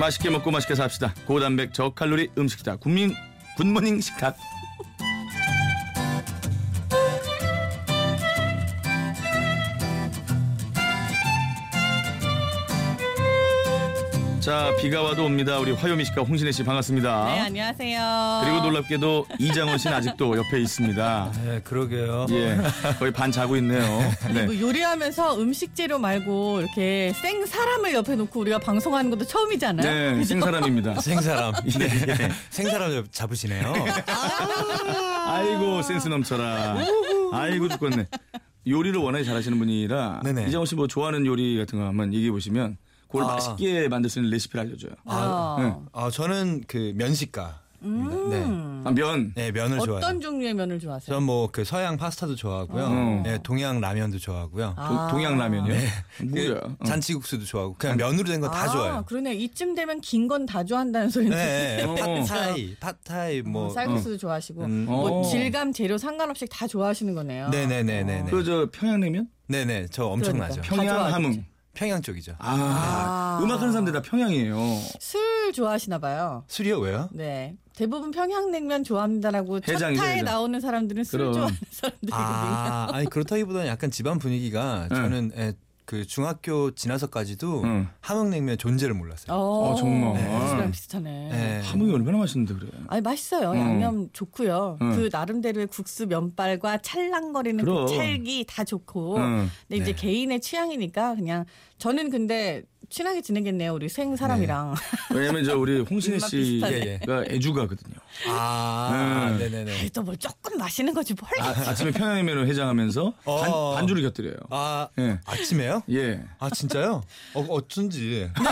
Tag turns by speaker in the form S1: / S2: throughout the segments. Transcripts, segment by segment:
S1: 맛있게 먹고 맛있게 삽시다. 고단백 저칼로리 음식이다. 국민 굿모닝 식탁. 자 비가 와도 옵니다. 우리 화요미 씨과 홍신혜 씨 반갑습니다.
S2: 네, 안녕하세요.
S1: 어? 그리고 놀랍게도 이장원 씨는 아직도 옆에 있습니다.
S3: 네, 그러게요.
S1: 예, 거의 반 자고 있네요. 네.
S2: 뭐 요리하면서 음식 재료 말고 이렇게 생 사람을 옆에 놓고 우리가 방송하는 것도 처음이잖아요.
S1: 네, 생사람입니다.
S3: 생사람.
S1: 네, 예.
S3: 생사람 잡으시네요.
S1: 아이고 센스 넘쳐라. 아이고 죽겠네. 요리를 워낙에 잘하시는 분이라
S3: 네네.
S1: 이장원 씨 뭐 좋아하는 요리 같은 거 한번 얘기해 보시면 그걸
S3: 아.
S1: 맛있게 만들 수 있는 레시피를 알려줘요.
S2: 어.
S1: 응.
S3: 아, 저는 그 면식가.
S1: 아, 면.
S3: 네, 면을 좋아해요.
S2: 음. 어떤 종류의 면을 좋아하세요?
S3: 저는 뭐 그 서양 파스타도 좋아하고요.
S1: 어.
S3: 네, 동양 라면도 좋아하고요.
S1: 동- 동양 라면이요?
S2: 네.
S1: 뭐야?
S3: 그
S1: 어.
S3: 잔치국수도 좋아하고 그냥 면으로 된 거 다
S2: 아,
S3: 좋아요.
S2: 그러네. 이쯤 되면 긴 건 다 좋아한다는 소리네.
S3: 네, 네.
S1: 어.
S3: 팟타이, 팟타이 뭐
S2: 쌀국수도 좋아하시고
S3: 음.
S2: 뭐
S1: 어.
S2: 질감 재료 상관없이 다 좋아하시는 거네요.
S3: 네, 네, 네, 네, 네.
S1: 그 저 평양냉면?
S3: 네, 네. 저 엄청나죠.
S2: 그러니까.
S1: 평양
S2: 가져와,
S1: 함흥.
S2: 그치.
S3: 평양 쪽이죠.
S1: 아,
S2: 아.
S1: 음악하는 사람들 다 평양이에요.
S2: 술 좋아하시나 봐요.
S3: 술이요, 왜요?
S2: 네. 대부분 평양냉면 좋아합니다라고 첫
S1: 해장이죠,
S2: 타에
S1: 해장.
S2: 나오는 사람들은 술
S1: 그럼.
S2: 좋아하는 사람들이거든요.
S3: 아, 아니 그렇다기보다는 약간 집안 분위기가
S1: 네.
S3: 저는 에, 그 중학교 지나서까지도
S1: 응.
S3: 함흥냉면 존재를 몰랐어요.
S2: 어,
S1: 정말.
S2: 술이랑 비슷하네.
S3: 예.
S1: 함흥이 얼마나 맛있는데 그래.
S2: 아니 맛있어요.
S1: 음.
S2: 양념 좋고요.
S1: 음.
S2: 그 나름대로의 국수 면발과 찰랑거리는
S1: 그럼. 음. 네.
S2: 그 찰기 다 좋고.
S1: 응.
S2: 근데 이제 개인의 취향이니까 그냥 저는 근데 친하게 지내겠네요. 우리 생 사람이랑.
S1: 네. 왜냐면 저 우리 홍신혜
S2: 입맛 비슷하네.
S1: 씨가 애주가거든요.
S3: 아,
S1: 네.
S3: 네, 네, 네.
S2: 아이 또뭘 뭐 조금 마시는 거지 뭘.
S1: 아, 아침에 평양냉면을 해장하면서
S3: 어.
S1: 반, 반주를 곁들여요.
S3: 아,
S1: 예.
S3: 아침에요?
S1: 예.
S3: 아, 진짜요? 어, 어쩐지.
S1: 네.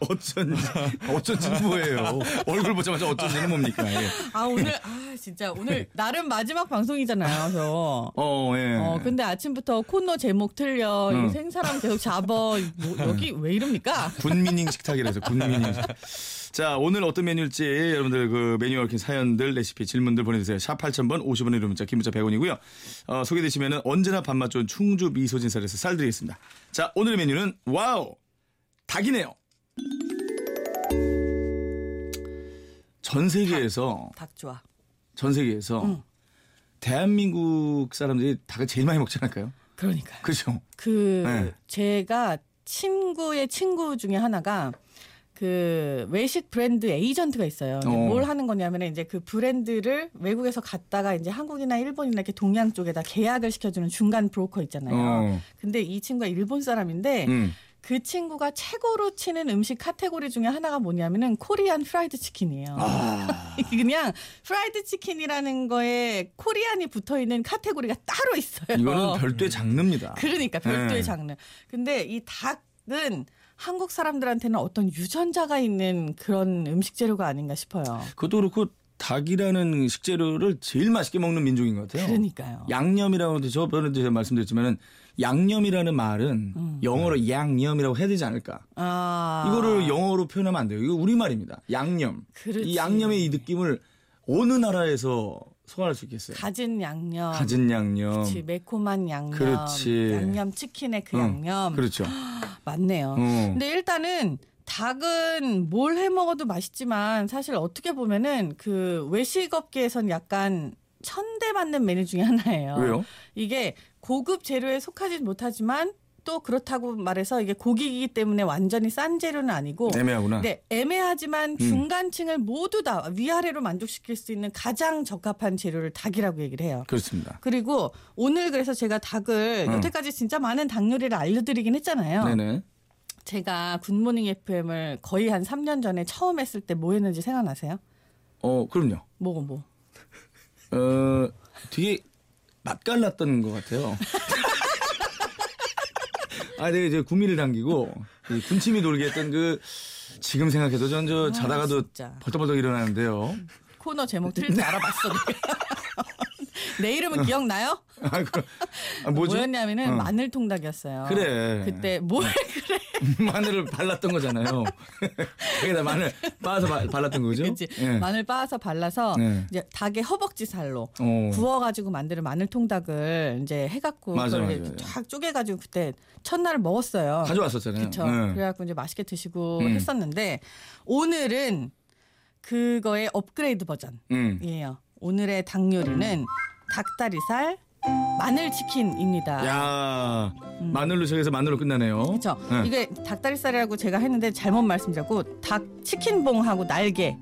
S1: 어쩐지 어쩐지 뭐예요. 얼굴 보자마자 어쩐지는 뭡니까? 예.
S2: 아 오늘 아 진짜 오늘 나름 마지막 방송이잖아요. 저.
S1: 어, 예.
S2: 어 근데 아침부터 코너 제목 틀려
S1: 음.
S2: 이거 생 사람 계속 잡어 뭐, 여기 왜 이럽니까?
S1: 군민잉 식탁이라서 군민잉 식탁. 자, 오늘 어떤 메뉴일지 여러분들 그 메뉴 얽힌 사연들, 레시피, 질문들 보내주세요. 샵 8000번 50원의 문자, 긴 문자 100원이고요. 어, 소개되시면 언제나 밥맛 좋은 충주 미소진쌀에서 쌀 드리겠습니다. 자, 오늘의 메뉴는 와우! 닭이네요. 전 세계에서
S2: 닭 좋아.
S1: 전 세계에서 대한민국 사람들이 닭을 제일 많이 먹지 않을까요?
S2: 그러니까.
S1: 그죠?
S2: 그
S1: 네.
S2: 제가 친구의 친구 중에 하나가 그 외식 브랜드 에이전트가 있어요.
S1: 어.
S2: 뭘 하는 거냐면 이제 그 브랜드를 외국에서 갔다가 이제 한국이나 일본이나 이렇게 동양 쪽에다 계약을 시켜주는 중간 브로커 있잖아요.
S1: 어.
S2: 근데 이 친구가 일본 사람인데
S1: 음.
S2: 그 친구가 최고로 치는 음식 카테고리 중에 하나가 뭐냐면은 코리안 프라이드 치킨이에요.
S1: 아.
S2: 그냥 프라이드 치킨이라는 거에 코리안이 붙어 있는 카테고리가 따로 있어요.
S1: 이거는 별도의 장르입니다.
S2: 그러니까 별도의
S1: 네.
S2: 장르. 근데 이 닭은 한국 사람들한테는 어떤 유전자가 있는 그런 음식 재료가 아닌가 싶어요.
S1: 그것도 그렇고 닭이라는 식재료를 제일 맛있게 먹는 민족인 것 같아요.
S2: 그러니까요.
S1: 양념이라고도 저번에도 제가 말씀드렸지만은 양념이라는 말은 영어로 양념이라고 해야 되지 않을까?
S2: 음. 아
S1: 이거를 영어로 표현하면 안 돼요. 이거 우리 말입니다. 양념.
S2: 그렇지.
S1: 이 양념의 이 느낌을 어느 나라에서 소화할 수 있겠어요?
S2: 가진 양념,
S1: 진 양념.
S2: 그렇지, 매콤한 양념,
S1: 그렇지.
S2: 양념 치킨의 그
S1: 응,
S2: 양념
S1: 그렇죠.
S2: 맞네요.
S1: 어.
S2: 아. 근데 일단은 닭은 뭘 해 먹어도 맛있지만 사실 어떻게 보면은 그 외식업계에선 약간 천대받는 메뉴 중에 하나예요.
S1: 왜요?
S2: 이게 고급 재료에 속하진 못하지만 또 그렇다고 말해서 이게 고기이기 때문에 완전히 싼 재료는 아니고
S1: 애매하구나.
S2: 네,
S1: 음.
S2: 애매하지만 중간층을 모두 다 위아래로 만족시킬 수 있는 가장 적합한 재료를 닭이라고 얘기를 해요.
S1: 그렇습니다.
S2: 그리고 오늘 그래서 제가 닭을
S1: 음.
S2: 여태까지 진짜 많은 닭 요리를 알려드리긴 했잖아요.
S1: 네네.
S2: 제가 굿모닝 FM을 거의 한 3년 전에 처음 했을 때 뭐 했는지 생각나세요?
S1: 어, 그럼요.
S2: 뭐고 뭐.
S1: 어, 되게 맛깔났던 것 같아요. 아, 내가 이제 구미를 당기고 이 군침이 돌게 했던 그 지금 생각해도 전 저 자다가도
S2: 아, 진짜.
S1: 벌떡벌떡 일어나는데요.
S2: 코너 제목 틀때 알아봤어. 내 이름은 기억나요?
S1: 아, 그, 아, 뭐죠?
S2: 뭐였냐면은
S1: 어.
S2: 마늘 통닭이었어요.
S1: 그래. 네.
S2: 그때 뭘 그래?
S1: 마늘을 발랐던 거잖아요. 거기다 마늘 빻아서 바- 발랐던 거죠?
S2: 그치?
S1: 예.
S2: 마늘 빻아서 발라서
S1: 예.
S2: 이제 닭의 허벅지 살로
S1: 어.
S2: 구워가지고 만드는 마늘 통닭을 이제 해갖고
S1: 맞아,
S2: 그걸
S1: 맞아,
S2: 이렇게
S1: 맞아.
S2: 쫙 쪼개가지고 그때 첫날 먹었어요.
S1: 가져왔었잖아요.
S2: 그렇죠.
S1: 예.
S2: 그래갖고 이제 맛있게 드시고
S1: 음.
S2: 했었는데 오늘은 그거의 업그레이드 버전이에요.
S1: 음.
S2: 오늘의 닭 요리는 닭다리살 마늘 치킨입니다.
S1: 야 마늘로 시작해서 마늘로 끝나네요.
S2: 아. 음. 그렇죠.
S1: 예.
S2: 이게 닭다리살이라고 제가 했는데 잘못 말씀드렸고 닭 치킨봉하고 날개,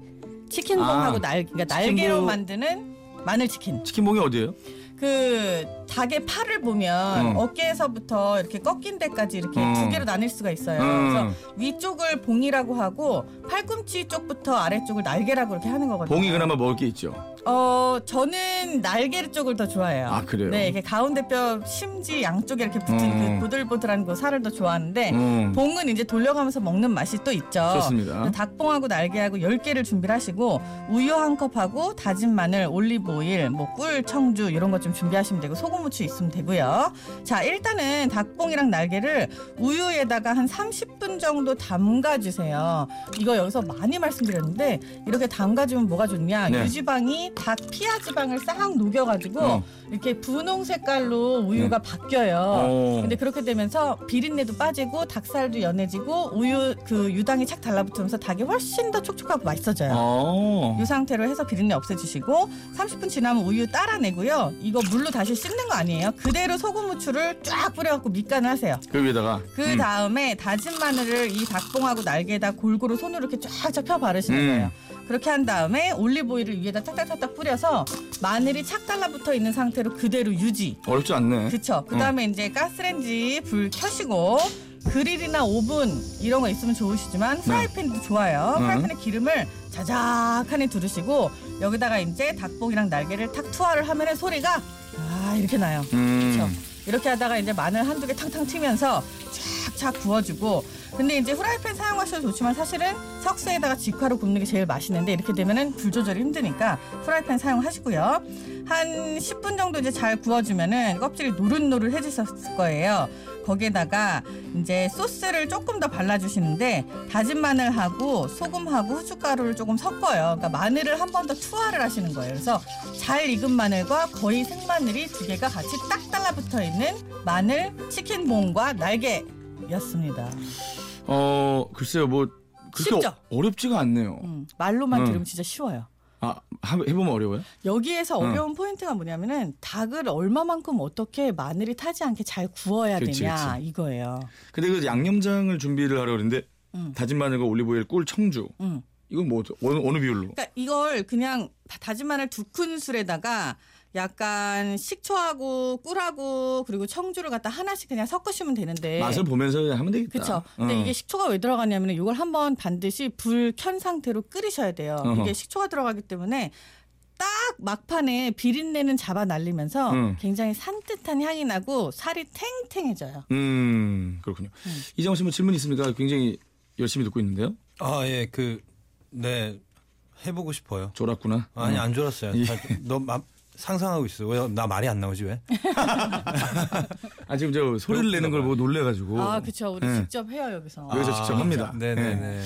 S2: 치킨봉하고
S1: 아,
S2: 날개, 그러니까
S1: 치킨봉.
S2: 날개로 만드는 마늘 치킨.
S1: 치킨봉이 어디예요?
S2: 그 닭의 팔을 보면
S1: 어.
S2: 어깨에서부터 이렇게 꺾인 데까지 이렇게
S1: 어.
S2: 두 개로 나뉠 수가 있어요.
S1: 음.
S2: 그래서 위쪽을 봉이라고 하고 팔꿈치 쪽부터 아래쪽을 날개라고 이렇게 하는 거거든요.
S1: 봉이 그나마 먹을 게 있죠.
S2: 어 저는 날개 쪽을 더 좋아해요.
S1: 아, 그래요?
S2: 네, 이게 가운데 뼈 심지 양쪽에 이렇게 붙은
S1: 음.
S2: 그 보들보들한 그 살을 더 좋아하는데
S1: 음.
S2: 봉은 어. 그 이제 돌려가면서 먹는 맛이 또 있죠.
S1: 좋습니다.
S2: 닭봉하고 날개하고 10개를 준비를 하시고 우유 한 컵하고 다진 마늘, 올리브 오일, 뭐 꿀, 청주 이런 것 좀 준비하시면 되고 소금 후추 있으면 되고요. 자, 일단은 닭봉이랑 날개를 우유에다가 한 30분 정도 담가 주세요. 이거 여기서 많이 말씀드렸는데 이렇게 담가 주면 뭐가 좋냐?
S1: 네.
S2: 유지방이 닭 피하 지방을 싹 녹여 가지고
S1: 어. 네.
S2: 이렇게 분홍 색깔로 우유가 바뀌어요.
S1: 어.
S2: 근데 그렇게 되면서 비린내도 빠지고 닭살도 연해지고 우유 그 유당이 착 달라붙으면서 닭이 훨씬 더 촉촉하고 맛있어져요.
S1: 어.
S2: 이 상태로 해서 비린내 없애주시고 30분 지나면 우유 따라내고요. 이거 물로 다시 씻는 거 아니에요. 그대로 소금 후추를 쫙 뿌려갖고 밑간을 하세요.
S1: 그 위에다가
S2: 그
S1: 음.
S2: 다음에 다진 마늘을 이 닭봉하고 날개에다 골고루 손으로 이렇게 쫙쫙 펴 바르시는
S1: 음.
S2: 거예요. 그렇게 한 다음에 올리브오일을 위에다 착착착착 뿌려서 마늘이 착 달라붙어 있는 상태로 그대로 유지.
S1: 어렵지 않네.
S2: 그쵸. 그 다음에 이제 가스레인지 불 켜시고 그릴이나 오븐 이런 거 있으면 좋으시지만 프라이팬도 좋아요.
S1: 음.
S2: 프라이팬에 기름을 자작하니 두르시고 여기다가 이제 닭봉이랑 날개를 탁 투하를 하면 소리가 아 이렇게 나요.
S1: 음.
S2: 그렇죠. 이렇게 하다가 이제 마늘 한두 개 탕탕 튀면서 쫙쫙 구워주고 근데 이제 후라이팬 사용하셔도 좋지만 사실은 석쇠에다가 직화로 굽는 게 제일 맛있는데 이렇게 되면은 불 조절이 힘드니까 후라이팬 사용하시고요 한 10분 정도 이제 잘 구워주면은 껍질이 노릇노릇해지셨을 거예요 거기에다가 이제 소스를 조금 더 발라주시는데 다진 마늘하고 소금하고 후춧가루를 조금 섞어요 그러니까 마늘을 한 번 더 투하를 하시는 거예요 그래서 잘 익은 마늘과 거의 생마늘이 두 개가 같이 딱 달라붙어 있는 마늘 치킨봉과 날개였습니다.
S1: 어 글쎄요 뭐 그렇게
S2: 쉽죠?
S1: 어- 어렵지가 않네요.
S2: 음, 말로만
S1: 음.
S2: 들으면 진짜 쉬워요.
S1: 아 하- 해보면 어려워요?
S2: 여기에서 어려운 포인트가 뭐냐면은 닭을 얼마만큼 어떻게 마늘이 타지 않게 잘 구워야
S1: 그치,
S2: 되냐 이거예요.
S1: 근데 그 양념장을 준비를 하려고 그러는데
S2: 음.
S1: 다진 마늘과 올리브오일, 꿀, 청주
S2: 음.
S1: 이건 뭐 어느, 어느 비율로?
S2: 그러니까 이걸 그냥 다- 다진 마늘 두 큰술에다가 약간 식초하고 꿀하고 그리고 청주를 갖다 하나씩 그냥 섞으시면 되는데
S1: 맛을 보면서 하면 되겠다.
S2: 예. 그렇죠. 근데
S1: 어.
S2: 이게 식초가 왜 들어가냐면 은 이걸 한번 반드시 불 켠 상태로 끓이셔야 돼요.
S1: 어허.
S2: 이게 식초가 들어가기 때문에 딱 막판에 비린내는 잡아 날리면서
S1: 음.
S2: 굉장히 산뜻한 향이 나고 살이 탱탱해져요.
S1: 음 그렇군요. 이정호 씨 뭐 질문 있습니까? 굉장히 열심히 듣고 있는데요.
S3: 아, 예, 그, 네, 해보고 싶어요.
S1: 졸았구나.
S3: 아니,
S1: 어.
S3: 안 졸았어요.
S1: 예.
S3: 다- 너 마- 상상하고 있어. 왜 나 말이 안 나오지, 왜?
S1: 아 지금 저 소리를 내는 걸 보고 놀래가지고.
S2: 아, 그렇죠. 우리
S1: 예.
S2: 직접 해요 여기서.
S1: 아. 여기서 직접 합니다.
S3: 네네네.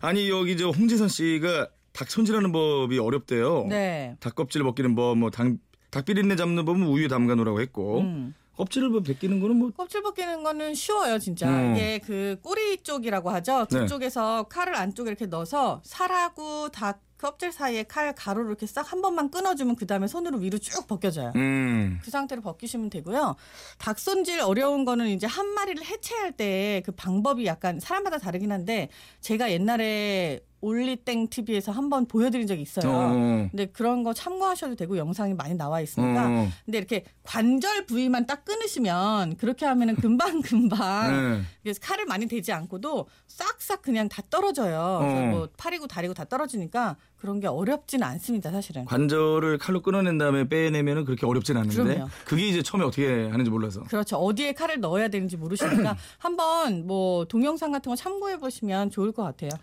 S1: 아니 여기 저 홍재선 씨가 닭 손질하는 법이 어렵대요.
S2: 네.
S1: 닭 껍질 벗기는 법, 뭐 닭, 닭 비린내 잡는 법은 우유 담가 놓으라고 했고
S2: 음.
S1: 껍질을 뭐 벗기는 거는 뭐
S2: 껍질 벗기는 거는 쉬워요, 진짜.
S1: 음.
S2: 이게 그 꼬리 쪽이라고 하죠.
S1: 네.
S2: 그쪽에서 칼을 안쪽에 이렇게 넣어서 살하고 닭 껍질 사이에 칼 가로로 이렇게 싹 한 번만 끊어주면 그 다음에 손으로 위로 쭉 벗겨져요.
S1: 음.
S2: 그 상태로 벗기시면 되고요. 닭 손질 어려운 거는 이제 한 마리를 해체할 때 그 방법이 약간 사람마다 다르긴 한데 제가 옛날에 올리땡 TV에서 한번 보여드린 적이 있어요.
S1: 어.
S2: 근데 그런 거 참고하셔도 되고 영상이 많이 나와 있으니까
S1: 어.
S2: 근데 이렇게 관절 부위만 딱 끊으시면 그렇게 하면은 금방 금방
S1: 네.
S2: 그래서 칼을 많이 대지 않고도 싹싹 그냥 다 떨어져요. 그래서
S1: 어.
S2: 뭐 팔이고 다리고 다 떨어지니까 그런 게 어렵진 않습니다, 사실은.
S1: 관절을 칼로 끊어낸 다음에 빼내면은 그렇게 어렵진 않은데
S2: 그럼요.
S1: 그게 이제 처음에 어떻게 하는지 몰라서
S2: 그렇죠. 어디에 칼을 넣어야 되는지 모르시니까 한번 뭐 동영상 같은 거 참고해 보시면 좋을 것 같아요.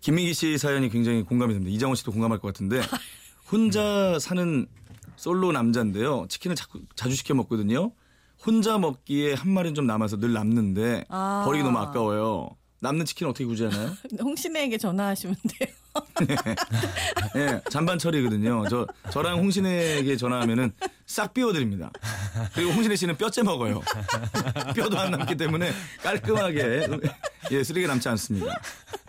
S1: 김민기 씨 사연이 굉장히 공감이 됩니다. 이장원 씨도 공감할 것 같은데 혼자 사는 솔로 남자인데요. 치킨을 자꾸 자주 시켜 먹거든요. 혼자 먹기에 한 마리는 좀 남아서 늘 남는데
S2: 아.
S1: 버리기 너무 아까워요. 남는 치킨 어떻게 구제하나요?
S2: 홍신에게 전화하시면 돼요.
S1: 예, 잔반 처리거든요. 저 저랑 홍신에게 전화하면은 싹 비워드립니다. 그리고 홍신혜 씨는 뼈째 먹어요. 뼈도 안 남기 때문에 깔끔하게 예 쓰레기 남지 않습니다.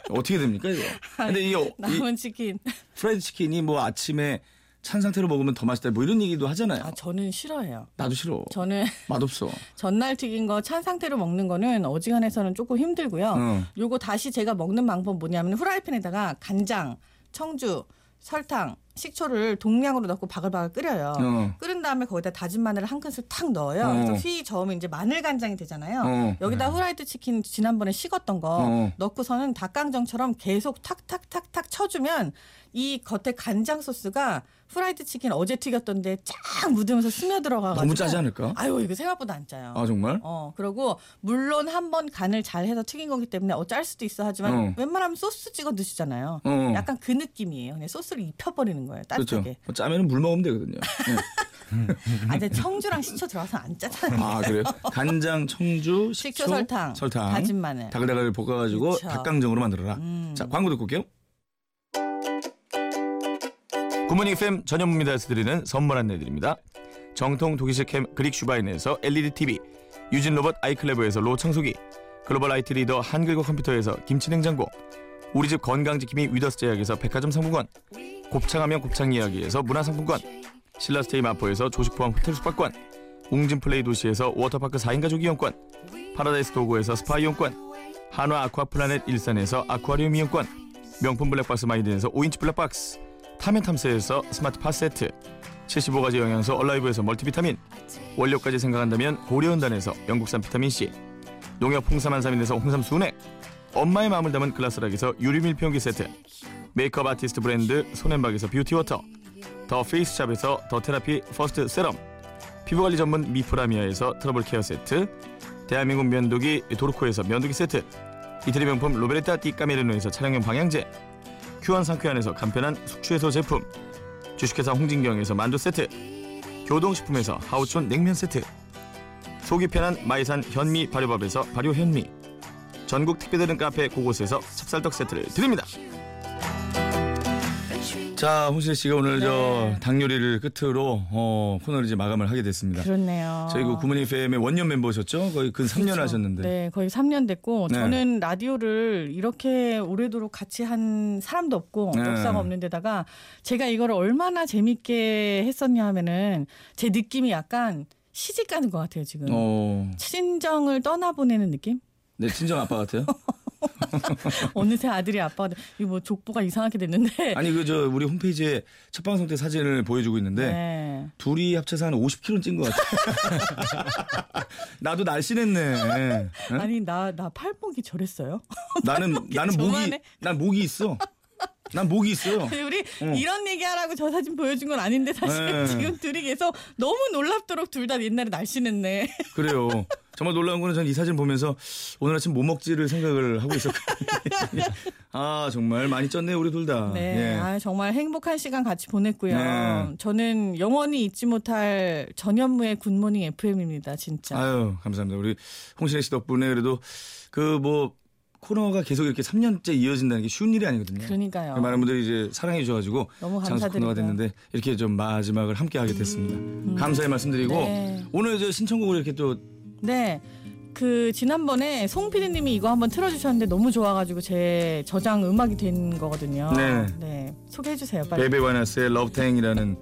S1: 어떻게 됩니까 이거? 근데 이게 어- 이
S2: 남은 치킨.
S1: 프라이드 치킨이 뭐 아침에 찬 상태로 먹으면 더 맛있다 뭐 이런 얘기도 하잖아요.
S2: 아 저는 싫어해요.
S1: 나도 싫어.
S2: 저는
S1: 맛없어.
S2: 전날 튀긴 거 찬 상태로 먹는 거는 어지간해서는 조금 힘들고요.
S1: 응.
S2: 요거 다시 제가 먹는 방법 뭐냐면 후라이팬에다가 간장, 청주, 설탕, 식초를 동량으로 넣고 바글바글 끓여요.
S1: 어.
S2: 끓은 다음에 거기다 다진 마늘을 한 큰술 탁 넣어요.
S1: 어.
S2: 그래서 휘 저으면 이제 마늘 간장이 되잖아요.
S1: 어.
S2: 여기다 후라이드 치킨 지난번에 식었던 거
S1: 어.
S2: 넣고서는 닭강정처럼 계속 탁탁탁탁 쳐주면 이 겉에 간장 소스가 후라이드 치킨 어제 튀겼던데 쫙 묻으면서 스며들어가가지고
S1: 너무 짜지 않을까?
S2: 아유 이거 생각보다 안 짜요.
S1: 아 정말?
S2: 어 그리고 물론 한 번 간을 잘 해서 튀긴 거기 때문에 어 짤 수도 있어 하지만
S1: 어.
S2: 웬만하면 소스 찍어 드시잖아요.
S1: 어.
S2: 약간 그 느낌이에요. 그냥 소스를 입혀버리는 거예요.
S1: 그렇죠.
S2: 따뜻하게.
S1: 뭐 짜면은 물 먹으면 되거든요. 예.
S2: 아 근데 청주랑 식초 들어가서 안 짜잖아요.
S1: 아 그래요? 간장, 청주, 식초,
S2: 식초, 설탕,
S1: 설탕,
S2: 다진 마늘.
S1: 다글다글 볶아가지고
S2: 그쵸.
S1: 닭강정으로 만들어라.
S2: 음.
S1: 자 광고 듣고 올게요. 굿모닝 FM 전현무입니다에서 드리는 선물 안내드립니다. 정통 독일식 캠 그릭 슈바인에서 LED TV, 유진 로봇 아이클레버에서 로 청소기, 글로벌 IT 리더 한글과 컴퓨터에서 김치 냉장고, 우리 집 건강지킴이 위더스 제약에서 백화점 상품권, 곱창하면 곱창 이야기에서 문화상품권, 신라스테이 마포에서 조식 포함 호텔 숙박권, 웅진플레이 도시에서 워터파크 4인 가족 이용권, 파라다이스 도고에서 스파 이용권, 한화 아쿠아플라넷 일산에서 아쿠아리움 이용권, 명품 블랙박스 마이드에서 5인치 블랙박스, 타멘탐스에서 스마트 팟 세트, 75가지 영양소 얼라이브에서 멀티비타민, 원료까지 생각한다면 고려은단에서 영국산 비타민C, 농협 홍삼한삼인에서 홍삼수 은행, 엄마의 마음을 담은 글라스락에서 유리밀폐용기 세트, 메이크업 아티스트 브랜드 손앤박에서 뷰티워터, 더 페이스샵에서 더 테라피 퍼스트 세럼, 피부관리 전문 미프라미아에서 트러블 케어 세트, 대한민국 면도기 도르코에서 면도기 세트, 이태리 명품 로베르타 디 까메르노에서 차량용 방향제, 큐안 상쾌안에서 간편한 숙취해소 제품, 주식회사 홍진경에서 만두 세트, 교동식품에서 하우촌 냉면 세트, 속이 편한 마이산 현미 발효밥에서 발효 현미, 전국 특별대는 카페 곳곳에서 찹쌀떡 세트를 드립니다. 자, 홍실 씨가 오늘
S2: 네.
S1: 저 당요리를 끝으로 어, 코너를 이제 마감을 하게 됐습니다.
S2: 그렇네요.
S1: 저희 그 구문이 팬의 원년 멤버셨죠? 거의 근 3년
S2: 아. 그렇죠.
S1: 하셨는데.
S2: 네, 거의 3년 됐고
S1: 네.
S2: 저는 라디오를 이렇게 오래도록 같이 한 사람도 없고
S1: 네.
S2: 역사가 없는 데다가 제가 이걸 얼마나 재밌게 했었냐 하면은 제 느낌이 약간 시집 가는 것 같아요 지금.
S1: 어,
S2: 친정을 떠나보내는 느낌?
S1: 네 친정 아빠 같아요.
S2: 어느새 아들이 아빠, 이거 뭐 족보가 이상하게 됐는데.
S1: 아니 그 저 우리 홈페이지에 첫 방송 때 사진을 보여주고 있는데
S2: 네.
S1: 둘이 합쳐서 한 50kg 찐 것 같아. 나도 날씬했네. 응?
S2: 아니 나 나 팔목이 저랬어요.
S1: 나는 나는 목이
S2: 저만해.
S1: 난 목이 있어. 난 목이 있어요.
S2: 아니, 우리
S1: 응.
S2: 이런 얘기하라고 저 사진 보여준 건 아닌데 사실
S1: 네.
S2: 지금 둘이 계속 너무 놀랍도록 둘 다 옛날에 날씬했네.
S1: 그래요. 정말 놀라운 거는 전 이 사진 보면서 오늘 아침 뭐 먹지를 생각을 하고 있었거든요. 아 정말 많이 쪘네 우리 둘 다.
S2: 네,
S1: 예.
S2: 아, 정말 행복한 시간 같이 보냈고요.
S1: 네.
S2: 저는 영원히 잊지 못할 전현무의 굿모닝 FM입니다, 진짜.
S1: 아유, 감사합니다. 우리 홍신혜 씨 덕분에 그래도 그 뭐 코너가 계속 이렇게 3년째 이어진다는 게 쉬운 일이 아니거든요.
S2: 그러니까요.
S1: 많은 분들이 이제 사랑해 주셔가지고
S2: 어. 너무
S1: 장수 코너가
S2: 감사드립니다. 음.
S1: 됐는데 이렇게 좀 마지막을 함께 하게 됐습니다. 감사의 말씀드리고
S2: 네.
S1: 오늘 저 신청곡을 이렇게 또
S2: 네. 그 지난번에 송 PD님이 이거 한번 틀어주셨는데 너무 좋아가지고 제 저장 음악이 된 거거든요.
S1: 네.
S2: 소개해 주세요, 빨리.
S1: 베베 와나스의 러브탱이라는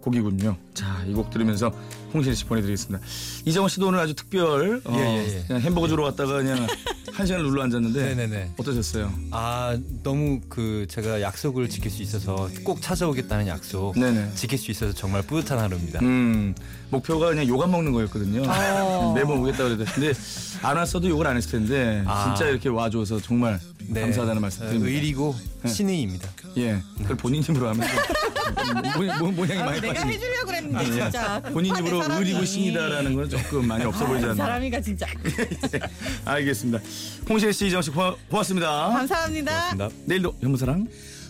S1: 곡이군요. 자, 이 곡 들으면서 홍신혜 씨 보내드리겠습니다. 이정원 씨도 오늘 아주 특별 어,
S3: 예, 예, 예.
S1: 그냥 햄버거 주러 왔다가 그냥 한 시간을 눌러 앉았는데
S3: 네네네.
S1: 어떠셨어요?
S3: 아 너무 그 제가 약속을 지킬 수 있어서 꼭 찾아오겠다는 약속
S1: 네네.
S3: 지킬 수 있어서 정말 뿌듯한 하루입니다.
S1: 음, 목표가 그냥 욕 안 먹는 거였거든요.
S2: 어.
S1: 매번 오겠다 그랬는데 근데 안 왔어도 욕을 안 했을 텐데
S3: 아.
S1: 진짜 이렇게 와줘서 정말
S3: 네.
S1: 음, 감사하다는 말씀 드립니다. 네.
S3: 의리고 신의입니다.
S1: 예, 그걸 본인 입으로 하면 모, 모, 모양이
S2: 아,
S1: 많이
S2: 내가
S1: 빠지네.
S2: 해주려고 그랬는데 진짜.
S1: 본인
S2: 급하네,
S1: 입으로
S2: 사람이.
S1: 의리고 신이다라는 건 조금 많이 없어 보이지
S2: 아,
S1: 않나.
S2: 사람이가 진짜.
S1: 알겠습니다. 홍실 씨, 이정 씨 고마, 고맙습니다.
S2: 감사합니다.
S3: 나
S1: 내일도 현무사랑.